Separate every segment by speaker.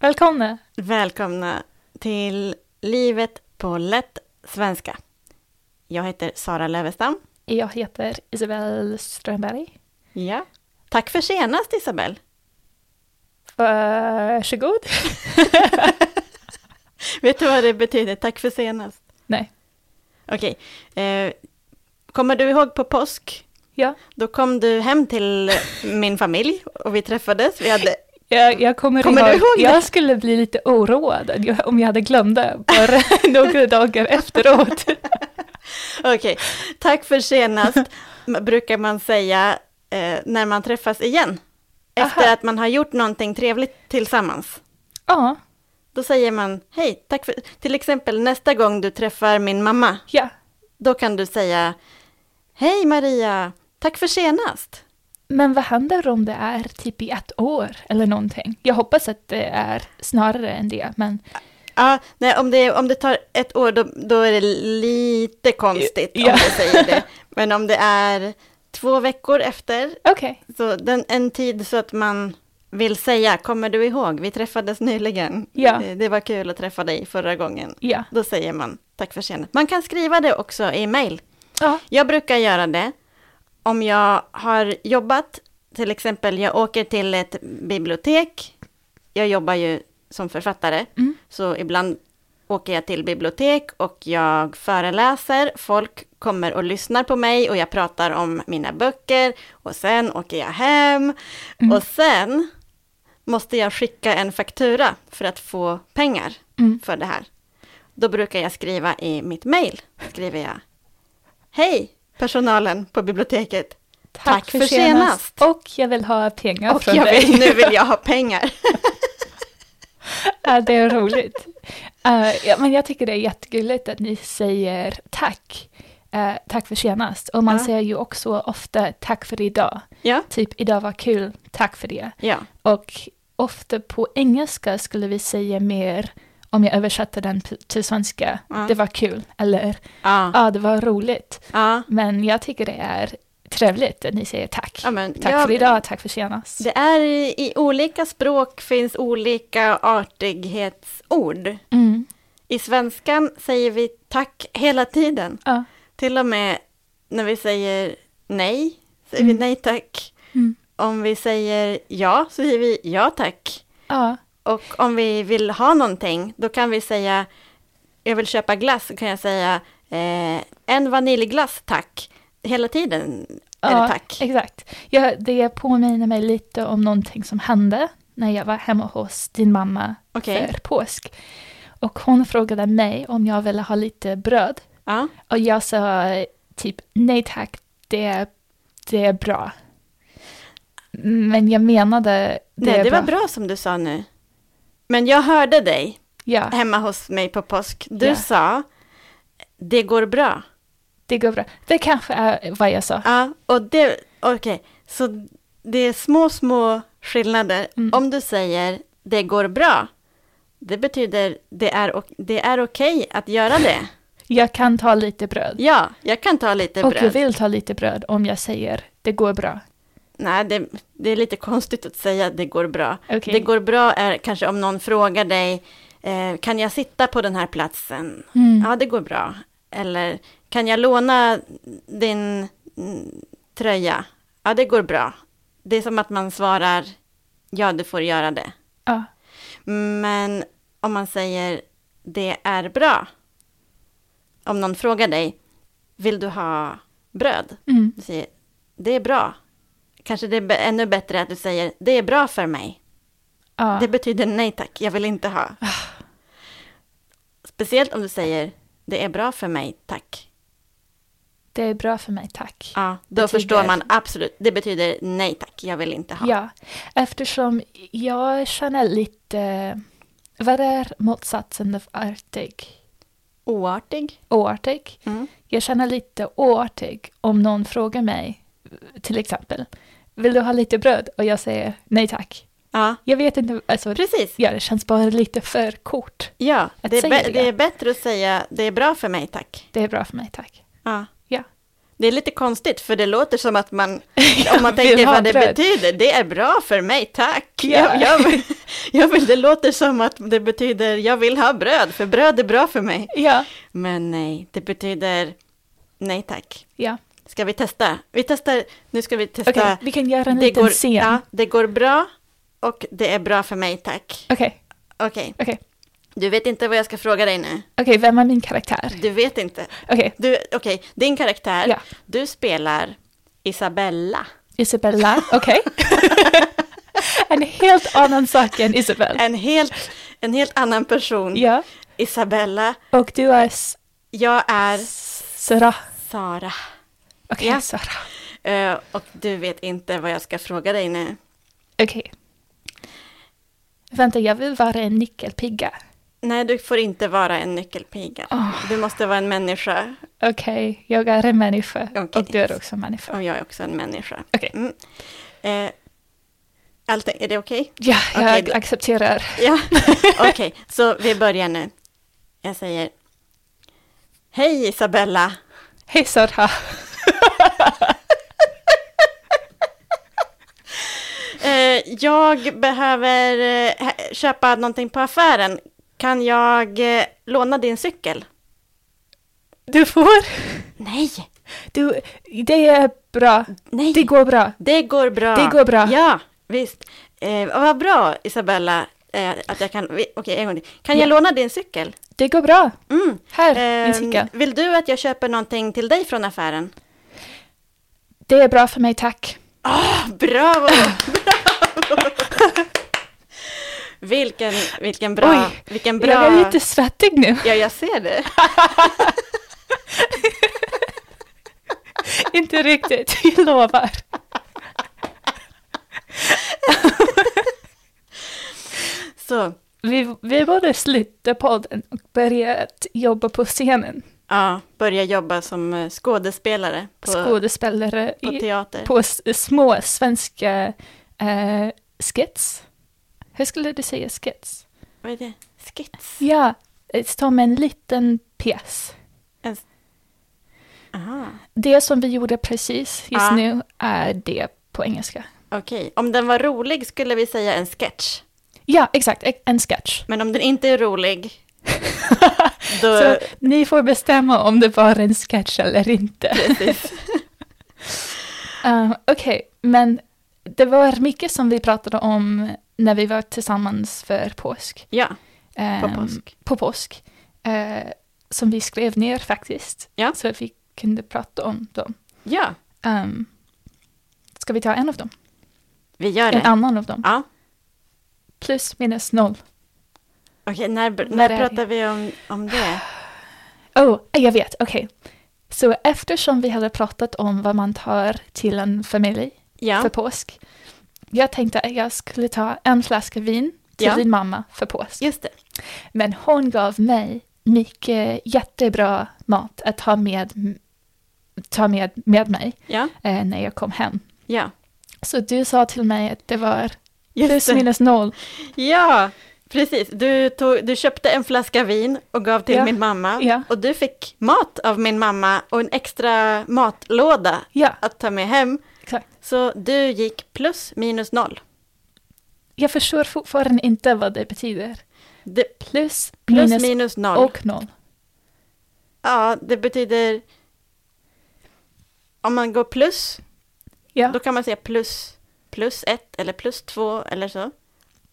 Speaker 1: Välkomna!
Speaker 2: Välkomna till Livet på lätt svenska. Jag heter Sara Lövestam.
Speaker 1: Jag heter Isabelle Strömberg.
Speaker 2: Ja. Tack för senast Isabel. Eh,
Speaker 1: Varsågod.
Speaker 2: Vet du vad det betyder? Tack för senast.
Speaker 1: Nej.
Speaker 2: Okej. Eh, kommer du ihåg på påsk?
Speaker 1: Ja.
Speaker 2: Då kom du hem till min familj och vi träffades. Vi hade
Speaker 1: Jag, jag kommer,
Speaker 2: Kommer du ihåg det?
Speaker 1: Jag skulle bli lite oroad jag- om jag hade glömt det bara några dagar efteråt.
Speaker 2: Okej, tack för senast m- brukar man säga eh, när man träffas igen. Efter
Speaker 1: Aha.
Speaker 2: att man har gjort någonting trevligt tillsammans.
Speaker 1: Ja,
Speaker 2: Då säger man hej, tack för... Till exempel nästa gång du träffar min mamma,
Speaker 1: ja.
Speaker 2: då kan du säga Hej Maria, tack för senast.
Speaker 1: Men vad händer om det är typ i ett år eller någonting? Jag hoppas att det är snarare än det, men
Speaker 2: Ja, nej, om, det, om det tar ett år då, då är det lite konstigt
Speaker 1: Ja.
Speaker 2: om du säger det. Men om det är två veckor efter,
Speaker 1: okej.
Speaker 2: så den, en tid så att man vill säga, kommer du ihåg, vi träffades nyligen.
Speaker 1: Ja.
Speaker 2: Det, det var kul att träffa dig förra gången.
Speaker 1: Ja.
Speaker 2: Då säger man tack för senast. Man kan skriva det också i mail.
Speaker 1: ja.
Speaker 2: Jag brukar göra det om jag har jobbat, till exempel jag åker till ett bibliotek. Jag jobbar ju som författare,
Speaker 1: Mm.
Speaker 2: så ibland åker jag till bibliotek och jag föreläser. Folk kommer och lyssnar på mig och jag pratar om mina böcker och sen åker jag hem
Speaker 1: Mm.
Speaker 2: och sen måste jag skicka en faktura för att få pengar
Speaker 1: Mm.
Speaker 2: för det här. Då brukar jag skriva i mitt mejl, skriver jag. Hej personalen på biblioteket. Tack, för, senast.
Speaker 1: Och jag vill ha pengar
Speaker 2: Och
Speaker 1: från
Speaker 2: jag
Speaker 1: dig.
Speaker 2: vill, nu vill jag ha pengar.
Speaker 1: Ja, det är roligt. Eh, ja, men jag tycker det är jättegulligt att ni säger tack. Eh, tack för senast. Och man
Speaker 2: Ja.
Speaker 1: säger ju också ofta tack för idag.
Speaker 2: Ja,
Speaker 1: Typ idag var kul, tack för det.
Speaker 2: ja,
Speaker 1: Och ofta på engelska skulle vi säga mer, om jag översätter den p- till svenska,
Speaker 2: Ja.
Speaker 1: det var kul. Eller
Speaker 2: ja,
Speaker 1: ja, det var roligt.
Speaker 2: ja.
Speaker 1: Men jag tycker det är trevligt att ni säger tack.
Speaker 2: ja men,
Speaker 1: Tack
Speaker 2: ja,
Speaker 1: för idag, tack för senast.
Speaker 2: Det är i, i olika språk finns olika artighetsord.
Speaker 1: Mm.
Speaker 2: I svenskan säger vi tack hela tiden.
Speaker 1: Ja.
Speaker 2: Till och med när vi säger nej, säger vi
Speaker 1: Mm.
Speaker 2: nej tack.
Speaker 1: Mm.
Speaker 2: Om vi säger ja, så säger vi ja tack.
Speaker 1: Ja.
Speaker 2: Och om vi vill ha någonting, då kan vi säga, jag vill köpa glass, så kan jag säga eh, en vaniljglass tack. Hela tiden är det tack.
Speaker 1: exakt. Ja, det påminner mig lite om någonting som hände när jag var hemma hos din mamma
Speaker 2: Okej.
Speaker 1: för påsk. Och hon frågade mig om jag ville ha lite bröd.
Speaker 2: Ja,
Speaker 1: Och jag sa typ nej tack, det, det är bra. Men jag menade det
Speaker 2: nej,
Speaker 1: är
Speaker 2: det var bra som du sa nu. Men jag hörde dig
Speaker 1: Ja,
Speaker 2: hemma hos mig på påsk. Du
Speaker 1: Ja.
Speaker 2: sa, det går bra.
Speaker 1: det går bra. Det kanske är vad jag sa.
Speaker 2: Ja, och det, okej, så det är små, små skillnader.
Speaker 1: Mm.
Speaker 2: Om du säger det går bra, det betyder det är, ok- det är okej att göra det.
Speaker 1: Jag kan ta lite bröd.
Speaker 2: Ja, jag kan ta lite
Speaker 1: Och jag
Speaker 2: bröd.
Speaker 1: vill ta lite bröd om jag säger det går bra.
Speaker 2: Nej, det, det är lite konstigt att säga det går bra.
Speaker 1: Okej.
Speaker 2: Det går bra är kanske om någon frågar dig, eh, kan jag sitta på den här platsen?
Speaker 1: Mm.
Speaker 2: Ja, det går bra. Eller kan jag låna din mm, tröja? Ja, det går bra. Det är som att man svarar ja, du får göra det.
Speaker 1: Ja.
Speaker 2: Men om man säger det är bra. Om någon frågar dig, vill du ha bröd?
Speaker 1: Mm.
Speaker 2: Du säger det är bra. Kanske det är be- ännu bättre att du säger det är bra för mig.
Speaker 1: Ja. Ah.
Speaker 2: Det betyder nej tack, jag vill inte ha. Speciellt om du säger det är bra för mig, tack.
Speaker 1: Det är bra för mig, tack.
Speaker 2: Ja, då
Speaker 1: Betyder-
Speaker 2: förstår man absolut. Det betyder nej tack, jag vill inte ha.
Speaker 1: Ja, eftersom jag känner lite... Vad är motsatsen av artig?
Speaker 2: Oartig.
Speaker 1: Oartig?
Speaker 2: Mm.
Speaker 1: Jag känner lite oartig om någon frågar mig, till exempel, vill du ha lite bröd? Och jag säger nej tack.
Speaker 2: Ja,
Speaker 1: Jag vet inte, alltså,
Speaker 2: precis.
Speaker 1: ja, det känns bara lite för kort.
Speaker 2: Ja,
Speaker 1: Att
Speaker 2: det är,
Speaker 1: säga
Speaker 2: bä-
Speaker 1: det.
Speaker 2: det är bättre att säga det är bra för mig, tack.
Speaker 1: Det är bra för mig, tack.
Speaker 2: Ja.
Speaker 1: Ja.
Speaker 2: Det är lite konstigt, för det låter som att man, om man tänker vad det betyder, det är bra för mig, tack.
Speaker 1: Ja.
Speaker 2: Jag, jag, vill- jag vill, det låter som att det betyder, jag vill ha bröd, för bröd är bra för mig.
Speaker 1: Ja,
Speaker 2: Men nej, det betyder, nej tack.
Speaker 1: ja.
Speaker 2: Ska vi testa? Vi testar, nu ska vi testa.
Speaker 1: Okej, vi kan göra en
Speaker 2: det,
Speaker 1: liten
Speaker 2: går,
Speaker 1: scen.
Speaker 2: ja, det går bra och det är bra för mig, tack.
Speaker 1: Okej,
Speaker 2: Okej,
Speaker 1: okej.
Speaker 2: du vet inte vad jag ska fråga dig nu.
Speaker 1: Okej, vem är min karaktär?
Speaker 2: Du vet inte.
Speaker 1: Okej,
Speaker 2: Du, Okej, din karaktär,
Speaker 1: Ja.
Speaker 2: du spelar Isabella.
Speaker 1: Isabella. Okej. en helt annan sak än Isabel.
Speaker 2: En helt, en helt annan person.
Speaker 1: Ja,
Speaker 2: Isabella,
Speaker 1: och du är S-
Speaker 2: jag är
Speaker 1: Sara.
Speaker 2: Sara.
Speaker 1: Okej,
Speaker 2: Ja.
Speaker 1: Sara.
Speaker 2: Eh, och du vet inte vad jag ska fråga dig nu.
Speaker 1: Okej. Vänta, jag vill vara en nyckelpigga.
Speaker 2: Nej, du får inte vara en nyckelpiga.
Speaker 1: Åh.
Speaker 2: Du måste vara en människa.
Speaker 1: Okej, jag är en människa
Speaker 2: Okej.
Speaker 1: och du är också en människa.
Speaker 2: Och jag är också en människa.
Speaker 1: Okej.
Speaker 2: Mm. Eh, allting, är det okej?
Speaker 1: Ja, jag
Speaker 2: Okej, då-
Speaker 1: accepterar.
Speaker 2: Ja, okej. Så vi börjar nu. Jag säger Hej Isabella!
Speaker 1: Hej Sara.
Speaker 2: Eh, jag behöver eh, hä- köpa någonting på affären. Kan jag eh, låna din cykel?
Speaker 1: Du får.
Speaker 2: Nej,
Speaker 1: Du, det är bra.
Speaker 2: nej.
Speaker 1: Det
Speaker 2: Det,
Speaker 1: går bra.
Speaker 2: går bra.
Speaker 1: Det går bra.
Speaker 2: Ja, visst. Eh, vad bra Isabella eh, att jag kan... vi- Okej, en gång till. Kan jag
Speaker 1: Ja.
Speaker 2: låna din cykel?
Speaker 1: Det går bra.
Speaker 2: Mm.
Speaker 1: Här, min
Speaker 2: Eh,
Speaker 1: cykel.
Speaker 2: vill du att jag köper någonting till dig från affären?
Speaker 1: Det är bra för mig, tack.
Speaker 2: Bravo! Bravo! vilken, vilken bra,
Speaker 1: Oj,
Speaker 2: vilken bra...
Speaker 1: Jag är lite svettig nu.
Speaker 2: Ja, jag ser det.
Speaker 1: Inte riktigt, jag lovar.
Speaker 2: Så,
Speaker 1: Vi, vi borde sluta podden och börja att jobba på scenen.
Speaker 2: ja, börja jobba som eh, skådespelare på,
Speaker 1: Skådespelare
Speaker 2: på
Speaker 1: i,
Speaker 2: teater.
Speaker 1: på s- små svenska eh, skits. Hur skulle du säga skits?
Speaker 2: Vad är det? Skits?
Speaker 1: Ja, eh, som en liten pjäs.
Speaker 2: Aha,
Speaker 1: Det som vi gjorde precis just
Speaker 2: Ja.
Speaker 1: nu är det på engelska.
Speaker 2: okej. Om den var rolig skulle vi säga en sketch.
Speaker 1: Ja, exakt, e- en sketch.
Speaker 2: Men om den inte är rolig, då...
Speaker 1: Så ni får bestämma om det var en sketch eller inte.
Speaker 2: Precis.
Speaker 1: Eh, Okej, men det var mycket som vi pratade om när vi var tillsammans för påsk.
Speaker 2: Ja, på
Speaker 1: Ehm,
Speaker 2: påsk.
Speaker 1: På påsk. eh, som vi skrev ner faktiskt.
Speaker 2: Ja.
Speaker 1: Så att vi kunde prata om dem.
Speaker 2: Ja,
Speaker 1: Ehm, ska vi ta en av dem?
Speaker 2: vi gör
Speaker 1: En
Speaker 2: det.
Speaker 1: annan av dem?
Speaker 2: Ja.
Speaker 1: Plus minus noll.
Speaker 2: Okej, när, när,
Speaker 1: När är
Speaker 2: pratar vi om, om det?
Speaker 1: Oh, jag vet, okej. Så eftersom vi hade pratat om vad man tar till en familj för
Speaker 2: Ja,
Speaker 1: påsk. Jag tänkte att jag skulle ta en flaska vin till
Speaker 2: Ja.
Speaker 1: din mamma för påsk.
Speaker 2: just det.
Speaker 1: Men hon gav mig mycket jättebra mat att ha med, ta med, med mig
Speaker 2: Ja,
Speaker 1: eh, när jag kom hem.
Speaker 2: ja.
Speaker 1: Så du sa till mig att det var plus
Speaker 2: Just det.
Speaker 1: minus noll.
Speaker 2: Ja, precis. Du, tog, du köpte en flaska vin och gav till
Speaker 1: Ja.
Speaker 2: min mamma.
Speaker 1: Ja.
Speaker 2: Och du fick mat av min mamma och en extra matlåda
Speaker 1: Ja,
Speaker 2: att ta med hem.
Speaker 1: exakt.
Speaker 2: Så du gick plus minus noll.
Speaker 1: Jag förstår fortfarande inte vad det betyder.
Speaker 2: Det,
Speaker 1: Plus,
Speaker 2: plus
Speaker 1: minus,
Speaker 2: minus, noll.
Speaker 1: och noll.
Speaker 2: Ja, det betyder... Om man går plus,
Speaker 1: Ja,
Speaker 2: då kan man säga plus, plus ett eller plus två eller så.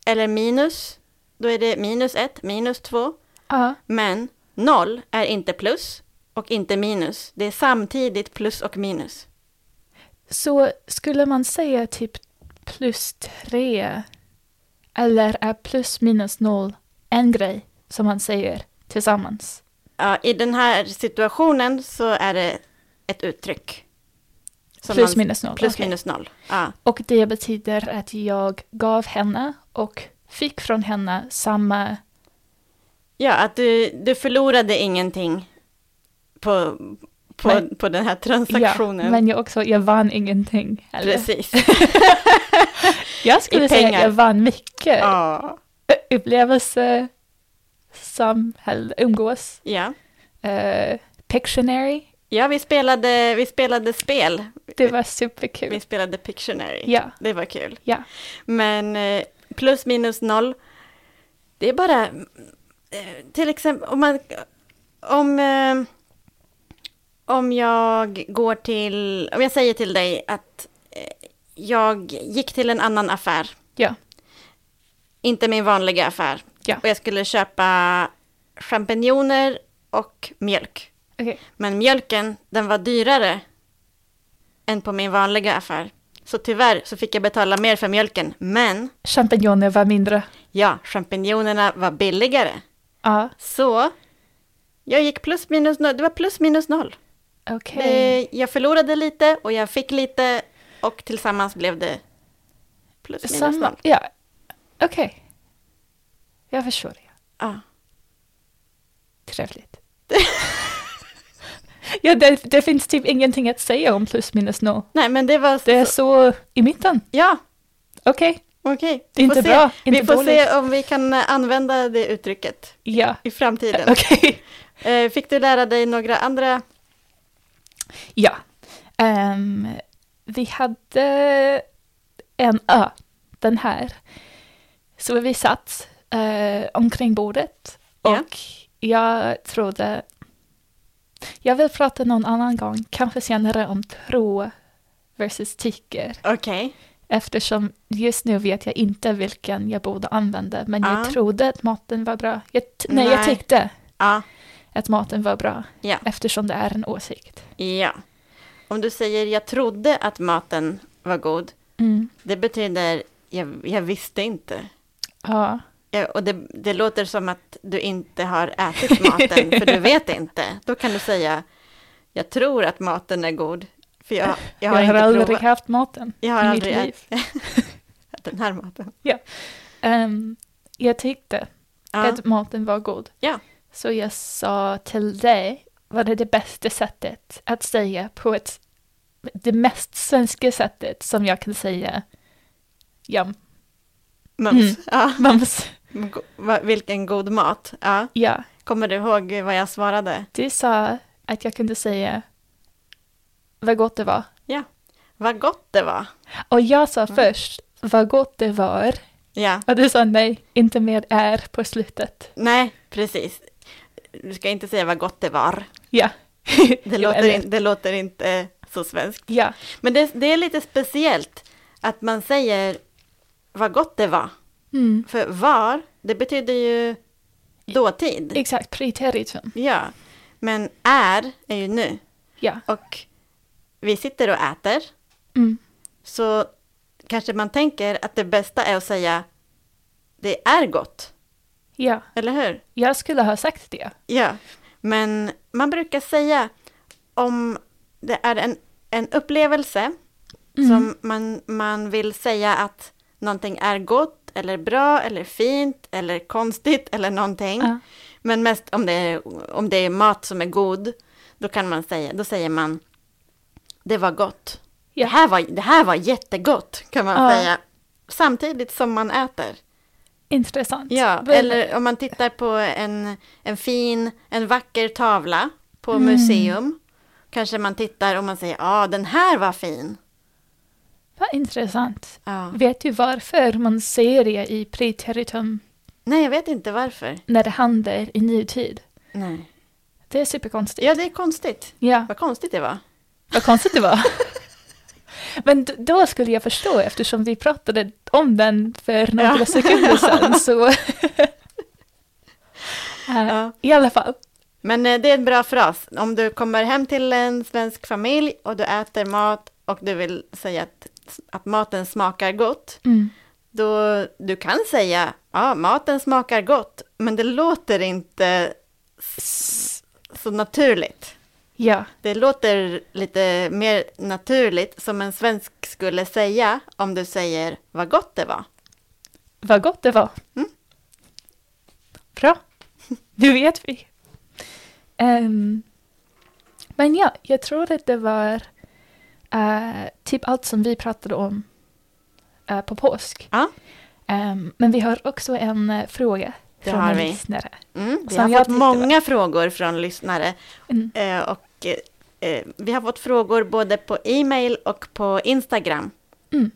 Speaker 2: Eller minus, då är det minus ett, minus två.
Speaker 1: ja,
Speaker 2: Men noll är inte plus och inte minus. Det är samtidigt plus och minus.
Speaker 1: så skulle man säga typ plus tre eller är plus minus noll en grej som man säger tillsammans?
Speaker 2: Ja, I den här situationen så är det ett uttryck. Som
Speaker 1: plus
Speaker 2: man-
Speaker 1: minus noll.
Speaker 2: plus
Speaker 1: okej.
Speaker 2: minus noll. Ja,
Speaker 1: Och det betyder att jag gav henne och fick från henne samma...
Speaker 2: ja att du, du förlorade ingenting på, på,
Speaker 1: Men-
Speaker 2: på den här transaktionen.
Speaker 1: Ja, men jag också, jag vann ingenting. heller.
Speaker 2: Precis.
Speaker 1: Jag skulle
Speaker 2: i
Speaker 1: säga att
Speaker 2: pengar.
Speaker 1: jag vann mycket.
Speaker 2: ja.
Speaker 1: Ö- Upplevelse, samhälle, umgås,
Speaker 2: ja.
Speaker 1: eh, Pictionary
Speaker 2: Ja, vi spelade, vi spelade spel.
Speaker 1: Det var superkul.
Speaker 2: Vi spelade Pictionary.
Speaker 1: Ja.
Speaker 2: Det var kul.
Speaker 1: Ja.
Speaker 2: Men eh, plus minus noll, det är bara... eh, Till exempel om man... Om, eh, om jag går till... Om jag säger till dig att eh, jag gick till en annan affär,
Speaker 1: Ja.
Speaker 2: inte min vanliga affär,
Speaker 1: Ja.
Speaker 2: och jag skulle köpa champinjoner och mjölk.
Speaker 1: Okej.
Speaker 2: Men mjölken, den var dyrare än på min vanliga affär. Så tyvärr så fick jag betala mer för mjölken. Men
Speaker 1: Champinjoner var mindre.
Speaker 2: ja, champinjonerna var billigare.
Speaker 1: Ja.
Speaker 2: Så jag gick plus minus noll. Det var plus minus noll.
Speaker 1: Okej.
Speaker 2: Eh, Jag förlorade lite och jag fick lite och tillsammans blev det plus minus
Speaker 1: Samma.
Speaker 2: noll.
Speaker 1: Ja. Okej. Jag förstår. det.
Speaker 2: Ja.
Speaker 1: Trevligt. ja, det, det finns typ ingenting att säga om plus minus noll.
Speaker 2: Nej, men det var...
Speaker 1: Det är så i mitten.
Speaker 2: Ja,
Speaker 1: Okej.
Speaker 2: okej. Vi får
Speaker 1: Inte
Speaker 2: se.
Speaker 1: bra. Inte
Speaker 2: Vi får
Speaker 1: dåligt.
Speaker 2: se om vi kan eh, använda det uttrycket
Speaker 1: Ja.
Speaker 2: i framtiden.
Speaker 1: Okej.
Speaker 2: Eh, Fick du lära dig några andra
Speaker 1: Ja. Ehm, vi hade en ö, den här. Så vi satt eh, omkring bordet och
Speaker 2: Ja.
Speaker 1: jag trodde... Jag vill prata någon annan gång, kanske senare, om tro versus tycker.
Speaker 2: Okej.
Speaker 1: Eftersom just nu vet jag inte vilken jag borde använda, men jag
Speaker 2: Ah.
Speaker 1: trodde att maten var bra. Jag t- nej, jag
Speaker 2: Nej.
Speaker 1: tyckte
Speaker 2: Ja.
Speaker 1: att maten var bra,
Speaker 2: Ja.
Speaker 1: eftersom det är en åsikt.
Speaker 2: ja. Om du säger jag trodde att maten var god,
Speaker 1: Mm.
Speaker 2: det betyder jag, jag visste inte.
Speaker 1: Ja.
Speaker 2: Ja, och det, det låter som att du inte har ätit maten, för du vet inte. Då kan du säga jag tror att maten är god, för jag, jag
Speaker 1: Jag
Speaker 2: har
Speaker 1: har,
Speaker 2: inte
Speaker 1: aldrig
Speaker 2: provat.
Speaker 1: haft maten
Speaker 2: Jag har
Speaker 1: i
Speaker 2: aldrig
Speaker 1: mitt liv.
Speaker 2: ätit den här maten.
Speaker 1: Ehm, jag tyckte
Speaker 2: Ja.
Speaker 1: att maten var god.
Speaker 2: Ja.
Speaker 1: Så jag sa till dig, var det det bästa sättet att säga på ett, det mest svenska sättet som jag kan säga jam,
Speaker 2: Mums.
Speaker 1: Mm.
Speaker 2: Ja.
Speaker 1: mams.
Speaker 2: Go- va- Vilken god mat. Ja.
Speaker 1: Ja,
Speaker 2: Kommer du ihåg vad jag svarade?
Speaker 1: du sa att jag kunde säga vad gott det var.
Speaker 2: Vad gott det var.
Speaker 1: Och jag sa
Speaker 2: Mm.
Speaker 1: först vad gott det var.
Speaker 2: Ja.
Speaker 1: Och du sa nej, inte mer är på slutet.
Speaker 2: Nej, precis. Du ska inte säga vad gott det var.
Speaker 1: Ja.
Speaker 2: Det,
Speaker 1: Jo,
Speaker 2: låter,
Speaker 1: eller-
Speaker 2: in, det låter inte så svenskt.
Speaker 1: Ja,
Speaker 2: Men det, det är lite speciellt att man säger vad gott det var.
Speaker 1: mm.
Speaker 2: För var, det betyder ju dåtid.
Speaker 1: exakt, preteritum.
Speaker 2: Ja, men är är ju nu.
Speaker 1: Ja.
Speaker 2: Och vi sitter och äter.
Speaker 1: Mm.
Speaker 2: Så kanske man tänker att det bästa är att säga det är gott.
Speaker 1: Ja,
Speaker 2: Eller hur?
Speaker 1: jag skulle ha sagt det.
Speaker 2: Ja, men man brukar säga om det är en, en upplevelse
Speaker 1: Mm.
Speaker 2: som man, man vill säga att någonting är gott eller bra eller fint eller konstigt eller någonting.
Speaker 1: Ja.
Speaker 2: Men mest om det, är, om det är mat som är god, då kan man säga, då säger man det var gott.
Speaker 1: Ja.
Speaker 2: Det, här var, det här var jättegott kan man
Speaker 1: Ja.
Speaker 2: säga. Samtidigt som man äter.
Speaker 1: Intressant.
Speaker 2: Ja,
Speaker 1: Men-
Speaker 2: eller om man tittar på en, en fin, en vacker tavla på
Speaker 1: Mm.
Speaker 2: museum. Kanske man tittar och man säger, ja ah, den här var fin.
Speaker 1: Vad intressant.
Speaker 2: Ja.
Speaker 1: Vet du varför man ser det i preteritum
Speaker 2: Nej, jag vet inte varför.
Speaker 1: när det händer i nutid?
Speaker 2: Nej.
Speaker 1: Det är superkonstigt.
Speaker 2: Ja, det är konstigt.
Speaker 1: Ja,
Speaker 2: Vad konstigt det var.
Speaker 1: vad konstigt det var. Men d- då skulle jag förstå eftersom vi pratade om den för några
Speaker 2: Ja.
Speaker 1: sekunder sedan. Så. Eh,
Speaker 2: Ja.
Speaker 1: I alla fall.
Speaker 2: Men eh, det är en bra fras. Om du kommer hem till en svensk familj och du äter mat och du vill säga att, att maten smakar gott.
Speaker 1: Mm.
Speaker 2: Då du kan säga, ja maten smakar gott. Men det låter inte
Speaker 1: S-
Speaker 2: så naturligt.
Speaker 1: Ja,
Speaker 2: Det låter lite mer naturligt som en svensk skulle säga om du säger vad gott det var.
Speaker 1: vad gott det var.
Speaker 2: Mm.
Speaker 1: Bra, nu vet vi. Ehm, men ja, jag tror att det var eh, typ allt som vi pratade om eh, på påsk.
Speaker 2: Ja.
Speaker 1: Ehm, men vi har också en eh, fråga
Speaker 2: Det
Speaker 1: från
Speaker 2: har
Speaker 1: en
Speaker 2: vi.
Speaker 1: lyssnare.
Speaker 2: Mm, vi
Speaker 1: Som
Speaker 2: har
Speaker 1: jag
Speaker 2: fått
Speaker 1: tyckte var-
Speaker 2: många frågor från lyssnare
Speaker 1: Mm.
Speaker 2: eh, och eh, eh, vi har fått frågor både på e-mail och på Instagram.
Speaker 1: Mm.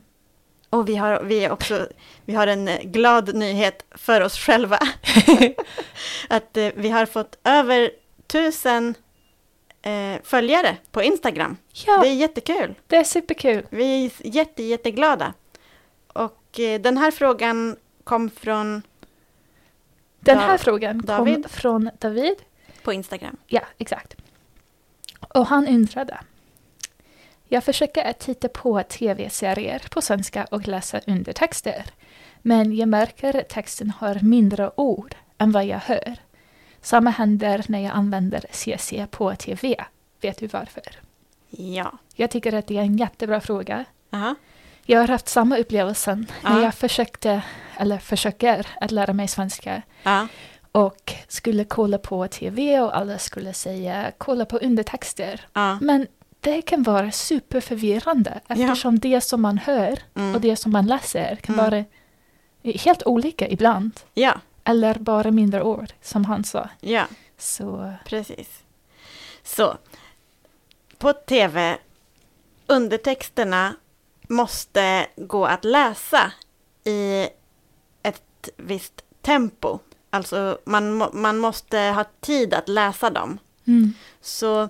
Speaker 2: Och vi har, vi, är också, vi har en eh, glad nyhet för oss själva. att eh, vi har fått över tusen eh, följare på Instagram. Det
Speaker 1: Ja,
Speaker 2: är jättekul.
Speaker 1: det är superkul.
Speaker 2: Vi är jätte, jätteglada. Och eh, den här frågan kom från
Speaker 1: Den
Speaker 2: Da-
Speaker 1: här frågan kom
Speaker 2: David?
Speaker 1: från David.
Speaker 2: på Instagram.
Speaker 1: Ja, exakt. Och han undrade. Jag försöker att titta på tv-serier på svenska och läsa undertexter. Men jag märker att texten har mindre ord än vad jag hör. Samma händer när jag använder CC på tv. Vet du varför?
Speaker 2: Ja.
Speaker 1: Jag tycker att det är en jättebra fråga.
Speaker 2: Aha.
Speaker 1: Jag har haft samma upplevelsen när
Speaker 2: Ja.
Speaker 1: jag försökte, eller försöker, att lära mig svenska
Speaker 2: Ja.
Speaker 1: och skulle kolla på tv och alla skulle säga kolla på undertexter.
Speaker 2: ja.
Speaker 1: Men det kan vara superförvirrande eftersom det som man hör
Speaker 2: Mm.
Speaker 1: och det som man läser kan
Speaker 2: Mm.
Speaker 1: vara helt olika ibland.
Speaker 2: Ja.
Speaker 1: Eller bara mindre ord, som han sa.
Speaker 2: Ja.
Speaker 1: Så
Speaker 2: Precis. Så, på tv, undertexterna måste gå att läsa i ett visst tempo. Alltså man, må- man måste ha tid att läsa dem.
Speaker 1: mm,
Speaker 2: Så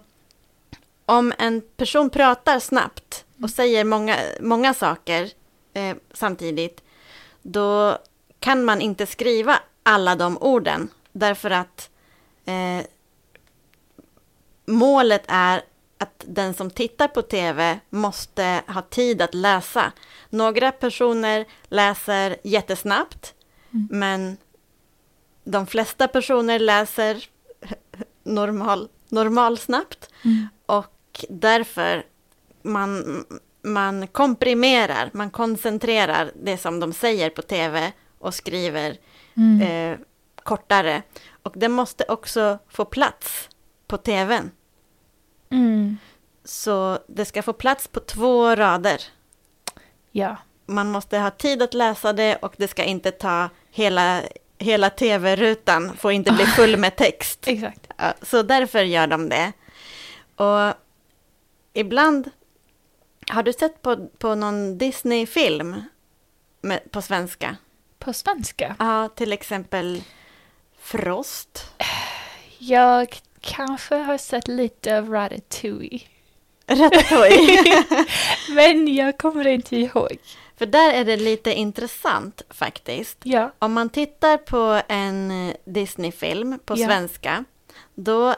Speaker 2: om en person pratar snabbt och säger många, många saker eh, samtidigt, då kan man inte skriva alla de orden. Därför att eh, målet är att den som tittar på tv måste ha tid att läsa. Några personer läser jättesnabbt,
Speaker 1: Mm.
Speaker 2: men de flesta personer läser normal, normalsnabbt.
Speaker 1: mm,
Speaker 2: Och därför man, man komprimerar, man koncentrerar det som de säger på tv och skriver
Speaker 1: mm,
Speaker 2: eh, kortare. Och det måste också få plats på tvn.
Speaker 1: mm,
Speaker 2: Så det ska få plats på två rader.
Speaker 1: ja.
Speaker 2: Man måste ha tid att läsa det och det ska inte ta hela, hela tv-rutan, får inte bli full med text.
Speaker 1: Exakt.
Speaker 2: Ja, Så därför gör de det. Och ibland... Har du sett på, på någon Disney-film med- på svenska?
Speaker 1: På svenska?
Speaker 2: Ja, till exempel Frost.
Speaker 1: Jag kanske har sett lite av Ratatouille.
Speaker 2: Ratatouille.
Speaker 1: Men jag kommer inte ihåg.
Speaker 2: För där är det lite intressant faktiskt.
Speaker 1: Ja.
Speaker 2: Om man tittar på en eh, Disney-film på
Speaker 1: Ja.
Speaker 2: svenska, då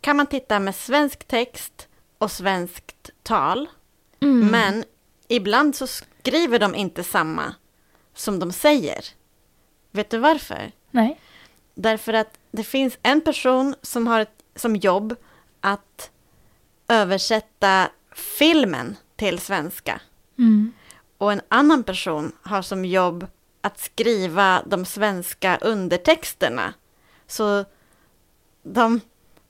Speaker 2: kan man titta med svensk text och svenskt tal.
Speaker 1: Mm.
Speaker 2: Men ibland så skriver de inte samma som de säger. Vet du varför?
Speaker 1: Nej.
Speaker 2: Därför att det finns en person som har ett, som jobb att översätta filmen till svenska.
Speaker 1: Mm.
Speaker 2: Och en annan person har som jobb att skriva de svenska undertexterna. Så de,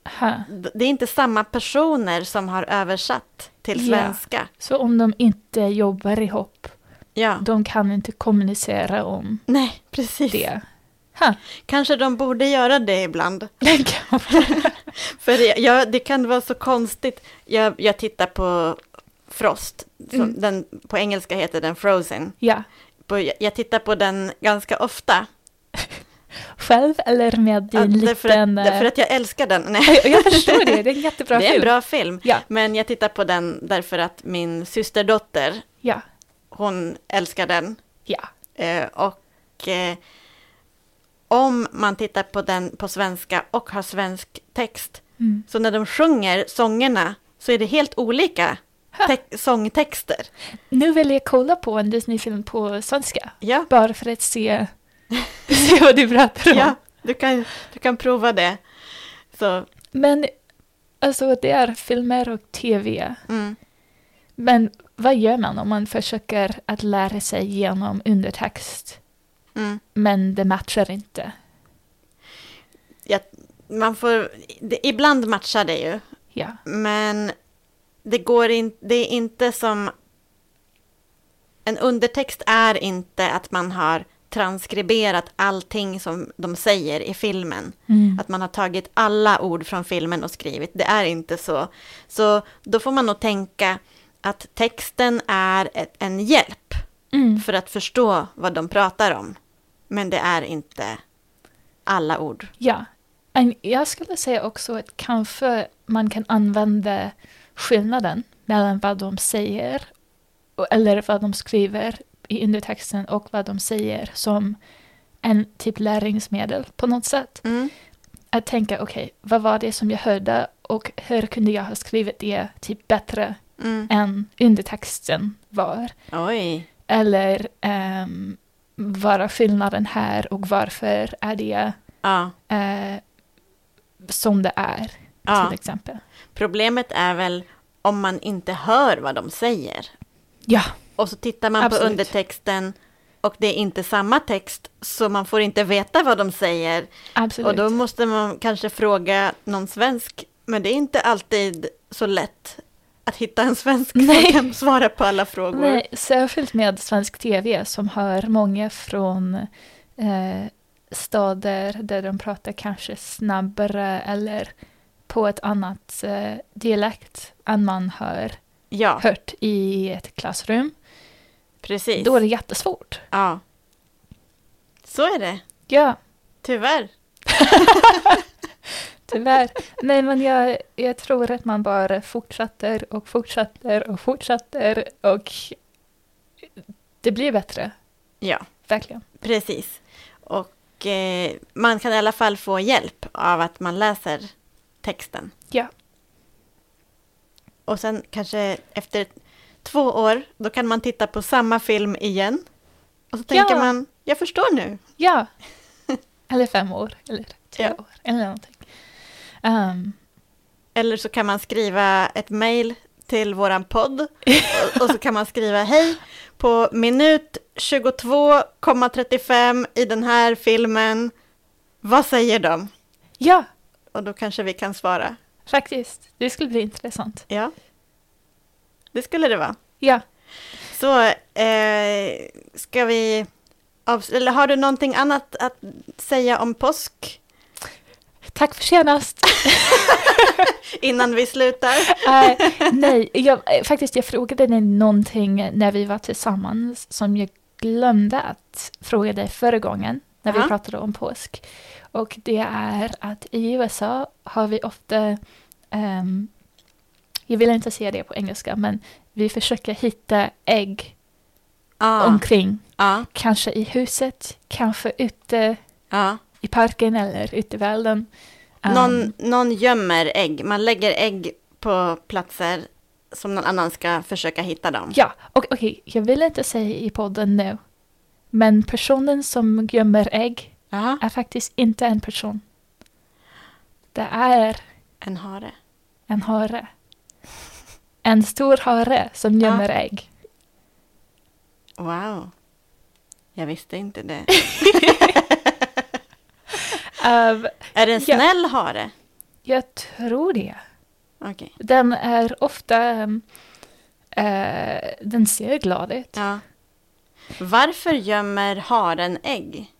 Speaker 1: Aha.
Speaker 2: det är inte samma personer som har översatt till
Speaker 1: Ja.
Speaker 2: svenska.
Speaker 1: Så om de inte jobbar ihop,
Speaker 2: Ja.
Speaker 1: de kan inte kommunicera om
Speaker 2: Nej, precis.
Speaker 1: det. Ha.
Speaker 2: Kanske de borde göra det ibland.
Speaker 1: Lägga upp.
Speaker 2: För jag, jag, det kan vara så konstigt. Jag, jag tittar på Frost, som
Speaker 1: Mm.
Speaker 2: den, på engelska heter den Frozen.
Speaker 1: Ja.
Speaker 2: På, jag, jag tittar på den ganska ofta.
Speaker 1: Själv eller med din
Speaker 2: Att- därför,
Speaker 1: liten...
Speaker 2: att, därför
Speaker 1: eh,
Speaker 2: att jag älskar den. Nej,
Speaker 1: jag, jag förstår det, det är en jättebra
Speaker 2: det är en
Speaker 1: film.
Speaker 2: bra film.
Speaker 1: Ja,
Speaker 2: Men jag tittar på den därför att min systerdotter,
Speaker 1: ja,
Speaker 2: hon älskar den.
Speaker 1: ja.
Speaker 2: Eh, och eh, om man tittar på den på svenska och har svensk text,
Speaker 1: Mm.
Speaker 2: Så när de sjunger sångerna så är det helt olika
Speaker 1: Ha.
Speaker 2: te- sångtexter.
Speaker 1: Nu vill jag kolla på en Disney-film på svenska.
Speaker 2: Ja,
Speaker 1: Bara för att se, se vad du pratar om.
Speaker 2: ja du, kan, du kan prova det. Så,
Speaker 1: Men alltså, det är filmer och tv.
Speaker 2: mm.
Speaker 1: Men vad gör man om man försöker att lära sig genom undertext,
Speaker 2: Mm.
Speaker 1: men det matchar inte?
Speaker 2: Man får, det, ibland matchar det ju,
Speaker 1: Ja.
Speaker 2: men det, går in, det är inte som... En undertext är inte att man har transkriberat allting som de säger i filmen.
Speaker 1: Mm.
Speaker 2: Att man har tagit alla ord från filmen och skrivit. Det är inte så. Så då får man nog tänka att texten är ett, en hjälp
Speaker 1: Mm.
Speaker 2: för att förstå vad de pratar om. Men det är inte alla ord.
Speaker 1: Ja. En, jag skulle säga också att kanske man kan använda skillnaden mellan vad de säger och- eller vad de skriver i undertexten och vad de säger som en typ lärningsmedel på något sätt.
Speaker 2: Mm.
Speaker 1: Att tänka, okej, vad var det som jag hörde och hur kunde jag ha skrivit det typ bättre
Speaker 2: Mm.
Speaker 1: än undertexten var?
Speaker 2: Oj.
Speaker 1: Eller um, vad är skillnaden här och varför är det
Speaker 2: Ja.
Speaker 1: eh, som det är, till
Speaker 2: ja.
Speaker 1: exempel.
Speaker 2: Problemet är väl om man inte hör vad de säger.
Speaker 1: Ja,
Speaker 2: Och så tittar man på
Speaker 1: Absolut.
Speaker 2: undertexten och det är inte samma text, så man får inte veta vad de säger.
Speaker 1: absolut.
Speaker 2: Och då måste man kanske fråga någon svensk, men det är inte alltid så lätt att hitta en svensk
Speaker 1: Nej.
Speaker 2: som kan svara på alla frågor.
Speaker 1: Nej, särskilt med svensk tv som har många från eh, stader där de pratar kanske snabbare eller på ett annat eh, dialekt än man har
Speaker 2: Ja,
Speaker 1: hört i ett klassrum.
Speaker 2: precis.
Speaker 1: Då är det jättesvårt.
Speaker 2: Ja. Så är det,
Speaker 1: Ja,
Speaker 2: tyvärr.
Speaker 1: tyvärr. Nej, men jag, jag tror att man bara fortsätter och fortsätter och fortsätter och det blir bättre,
Speaker 2: Ja.
Speaker 1: verkligen.
Speaker 2: Precis. Och eh, man kan i alla fall få hjälp av att man läser texten.
Speaker 1: Ja.
Speaker 2: Och sen kanske efter två år, då kan man titta på samma film igen. Och så tänker
Speaker 1: Ja.
Speaker 2: man, jag förstår nu.
Speaker 1: Ja. Eller fem år, eller tre
Speaker 2: Ja.
Speaker 1: år, eller någonting. Ehm,
Speaker 2: Eller så kan man skriva ett mejl till våran podd. Och, och så kan man skriva hej på minut 22,35 i den här filmen. Vad säger de?
Speaker 1: ja,
Speaker 2: Och då kanske vi kan svara.
Speaker 1: faktiskt. Det skulle bli intressant.
Speaker 2: Ja. Det skulle det vara.
Speaker 1: Ja.
Speaker 2: Så eh, ska vi... Avs- eller har du någonting annat att säga om påsk
Speaker 1: Tack för senast.
Speaker 2: innan vi slutar?
Speaker 1: Eh, nej, jag, eh, faktiskt jag frågade dig någonting när vi var tillsammans som jag glömde att fråga dig förra gången när vi
Speaker 2: Ja.
Speaker 1: pratade om påsk. Och det är att i USA har vi ofta, ehm, jag vill inte säga det på engelska, men vi försöker hitta ägg Ah,
Speaker 2: Ja,
Speaker 1: omkring
Speaker 2: ja,
Speaker 1: Kanske i huset, kanske ute
Speaker 2: ja.
Speaker 1: i parken eller ute i världen. Um,
Speaker 2: Någon, någon gömmer ägg. Man lägger ägg på platser som någon annan ska försöka hitta dem.
Speaker 1: Ja, och okej, jag vill inte säga i podden nu. Men personen som gömmer ägg
Speaker 2: Aha.
Speaker 1: är faktiskt inte en person. Det är
Speaker 2: En hare.
Speaker 1: en hare. En stor hare
Speaker 2: Ah.
Speaker 1: som gömmer ägg.
Speaker 2: Wow. Jag visste inte det.
Speaker 1: Um,
Speaker 2: Är det en
Speaker 1: Ja.
Speaker 2: snäll hare?
Speaker 1: jag tror det.
Speaker 2: Okej.
Speaker 1: Den är ofta... Um, eh, den ser glad ut.
Speaker 2: Ja. Varför gömmer haren ägg?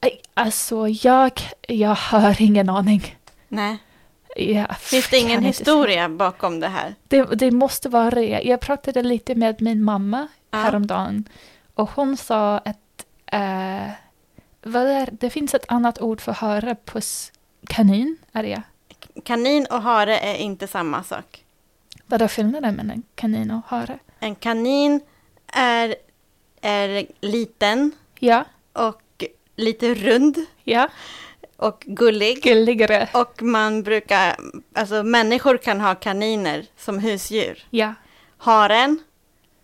Speaker 1: Aj, Alltså, jag, jag har ingen aning.
Speaker 2: Nej.
Speaker 1: Jag
Speaker 2: Finns det ingen
Speaker 1: kan inte säga.
Speaker 2: historia bakom det här?
Speaker 1: Det, det måste vara det. Jag pratade lite med min mamma
Speaker 2: Ja.
Speaker 1: häromdagen och hon sa att eh, vad är, det finns ett annat ord för hare på s- kanin, är det?
Speaker 2: Kanin och hare är inte samma sak.
Speaker 1: Vad är skillnaden mellan kanin och hare?
Speaker 2: En kanin är, är liten
Speaker 1: Ja,
Speaker 2: och lite rund
Speaker 1: ja.
Speaker 2: och gullig.
Speaker 1: Gulligare.
Speaker 2: Och man brukar, alltså människor kan ha kaniner som husdjur.
Speaker 1: Ja,
Speaker 2: Haren,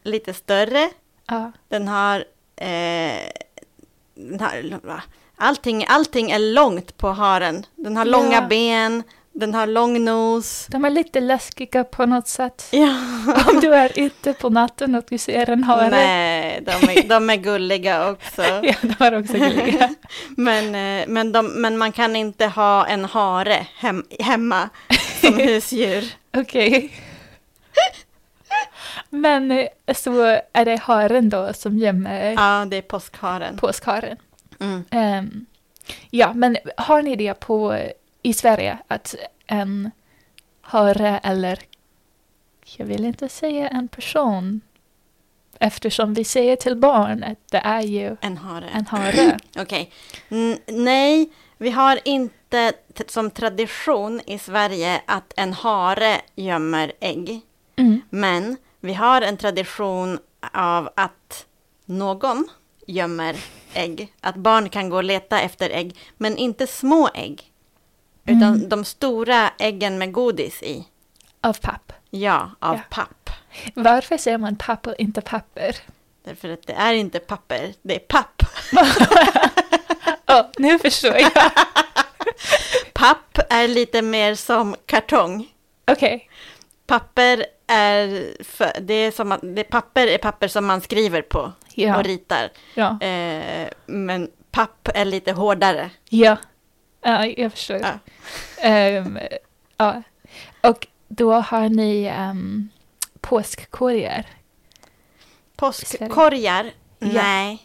Speaker 2: lite större,
Speaker 1: ja,
Speaker 2: den har, eh, den har va? allting, allting är långt på haren. Den har
Speaker 1: Ja.
Speaker 2: långa ben, den har lång nos.
Speaker 1: de är lite läskiga på något sätt.
Speaker 2: Ja.
Speaker 1: Om du är ute på natten och du ser en hare.
Speaker 2: Nej, de är, de är gulliga också.
Speaker 1: Ja, de är också gulliga.
Speaker 2: Men, eh, men, de, men man kan inte ha en hare hem, hemma som husdjur.
Speaker 1: Okej. Men eh, så är det haren då som gömmer
Speaker 2: Ja, det är påskharen.
Speaker 1: påskharen.
Speaker 2: Mm.
Speaker 1: Ehm, ja, men har ni det på, i Sverige att en hare eller jag vill inte säga en person eftersom vi säger till barn att det är ju
Speaker 2: En hare.
Speaker 1: en hare.
Speaker 2: Okej. N- Nej, vi har inte t- som tradition i Sverige att en hare gömmer ägg.
Speaker 1: Mm.
Speaker 2: Men vi har en tradition av att någon gömmer ägg. Att barn kan gå och leta efter ägg, men inte små ägg. Utan
Speaker 1: Mm.
Speaker 2: de stora äggen med godis i.
Speaker 1: Av papp.
Speaker 2: Ja, av
Speaker 1: Ja.
Speaker 2: papp.
Speaker 1: Varför säger man papp och inte papper?
Speaker 2: Därför att det är inte papper, det är papp.
Speaker 1: Åh, nu förstår jag.
Speaker 2: Papp är lite mer som kartong.
Speaker 1: Okej.
Speaker 2: Papper är, för, det är som att, det, papper är papper som man skriver på
Speaker 1: Ja.
Speaker 2: och ritar.
Speaker 1: Ja.
Speaker 2: Eh, men papp är lite hårdare.
Speaker 1: ja. Ja, jag förstår.
Speaker 2: Ja.
Speaker 1: Ehm, ja. Och då har ni um, påskkorgar.
Speaker 2: Påskkorgar?
Speaker 1: Ja.
Speaker 2: Nej.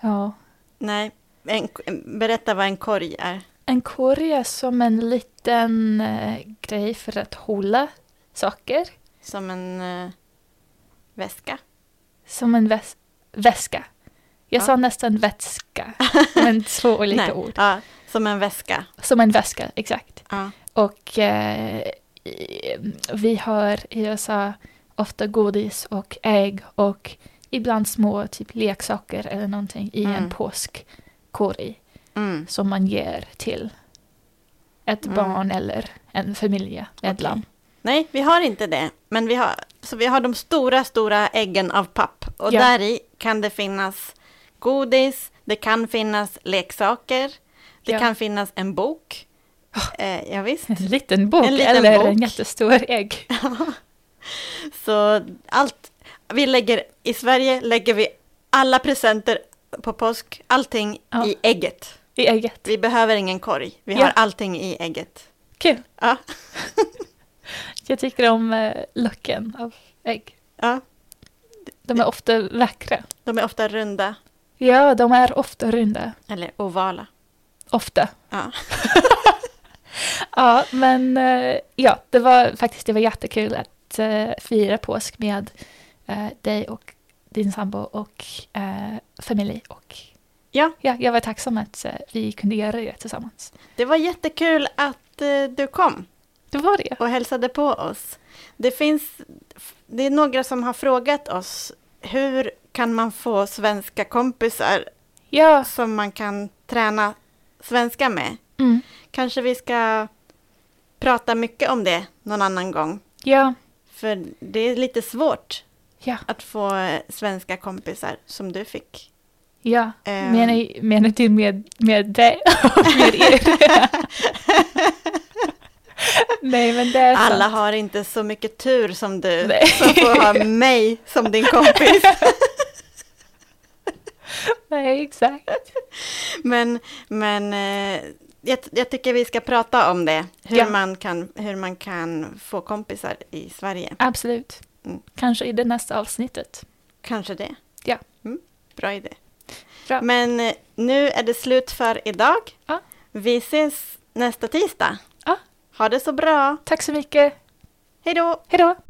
Speaker 1: Ja.
Speaker 2: nej. En, berätta vad en korg är.
Speaker 1: En korg är som en liten eh, grej för att hålla saker.
Speaker 2: Som en eh, väska.
Speaker 1: Som en väs- väska. Jag
Speaker 2: Ja.
Speaker 1: sa nästan vätska, men två olika
Speaker 2: Nej,
Speaker 1: ord.
Speaker 2: Ja, som en väska.
Speaker 1: Som en väska, exakt.
Speaker 2: Ja.
Speaker 1: Och eh, i- vi har i USA ofta godis och ägg och ibland små typ leksaker eller någonting i en
Speaker 2: Mm.
Speaker 1: påskkorg
Speaker 2: Mm.
Speaker 1: som man ger till ett
Speaker 2: Mm.
Speaker 1: barn eller en familjemedlem.
Speaker 2: Nej, vi har inte det. Men vi har, så vi har de stora, stora äggen av papp. Och
Speaker 1: Ja.
Speaker 2: där i kan det finnas godis, det kan finnas leksaker, det
Speaker 1: Ja. Oh.
Speaker 2: kan finnas en bok. Eh, ja, visst.
Speaker 1: En liten bok
Speaker 2: En liten
Speaker 1: eller
Speaker 2: bok.
Speaker 1: en jättestor ägg.
Speaker 2: Så allt, vi lägger, i Sverige lägger vi alla presenter på påsk, allting
Speaker 1: Ja.
Speaker 2: i ägget.
Speaker 1: I ägget.
Speaker 2: Vi behöver ingen korg, vi
Speaker 1: Ja.
Speaker 2: har allting i ägget.
Speaker 1: Kul!
Speaker 2: Ja.
Speaker 1: Jag tycker om eh, locken av ägg.
Speaker 2: Ja,
Speaker 1: De
Speaker 2: Eh.
Speaker 1: är ofta vackra.
Speaker 2: de är ofta runda,
Speaker 1: Ja, de är ofta runda.
Speaker 2: eller ovala.
Speaker 1: Ofta.
Speaker 2: Ja.
Speaker 1: Ja, men eh, ja, det var faktiskt det var jättekul att eh, fira påsk med eh, dig och din sambo och eh, familj. Och,
Speaker 2: Ja.
Speaker 1: ja, jag var tacksam att eh, vi kunde göra det tillsammans.
Speaker 2: Det var jättekul att eh, du kom
Speaker 1: Det var det.
Speaker 2: och hälsade på oss. Det finns, det är några som har frågat oss, hur kan man få svenska kompisar
Speaker 1: Ja.
Speaker 2: som man kan träna svenska med?
Speaker 1: Mm.
Speaker 2: Kanske vi ska prata mycket om det någon annan gång.
Speaker 1: Ja.
Speaker 2: För det är lite svårt
Speaker 1: Ja.
Speaker 2: att få eh, svenska kompisar som du fick.
Speaker 1: Ja.
Speaker 2: Ehm,
Speaker 1: Menar, menar du med, med dig och med er? Nej, men det är sant.
Speaker 2: Alla har inte så mycket tur som du
Speaker 1: Nej.
Speaker 2: som får ha mig som din kompis.
Speaker 1: Nej, exakt.
Speaker 2: Men, men eh, jag, jag tycker vi ska prata om det. Hur,
Speaker 1: Ja.
Speaker 2: man kan, hur man kan få kompisar i Sverige.
Speaker 1: Absolut.
Speaker 2: Mm.
Speaker 1: Kanske i det nästa avsnittet.
Speaker 2: Kanske det.
Speaker 1: Ja.
Speaker 2: Mm, bra idé.
Speaker 1: Bra.
Speaker 2: Men eh, nu är det slut för idag.
Speaker 1: Ja.
Speaker 2: Vi ses nästa tisdag.
Speaker 1: Ja.
Speaker 2: Ha det så bra.
Speaker 1: Tack så mycket.
Speaker 2: Hej då!
Speaker 1: Hej då!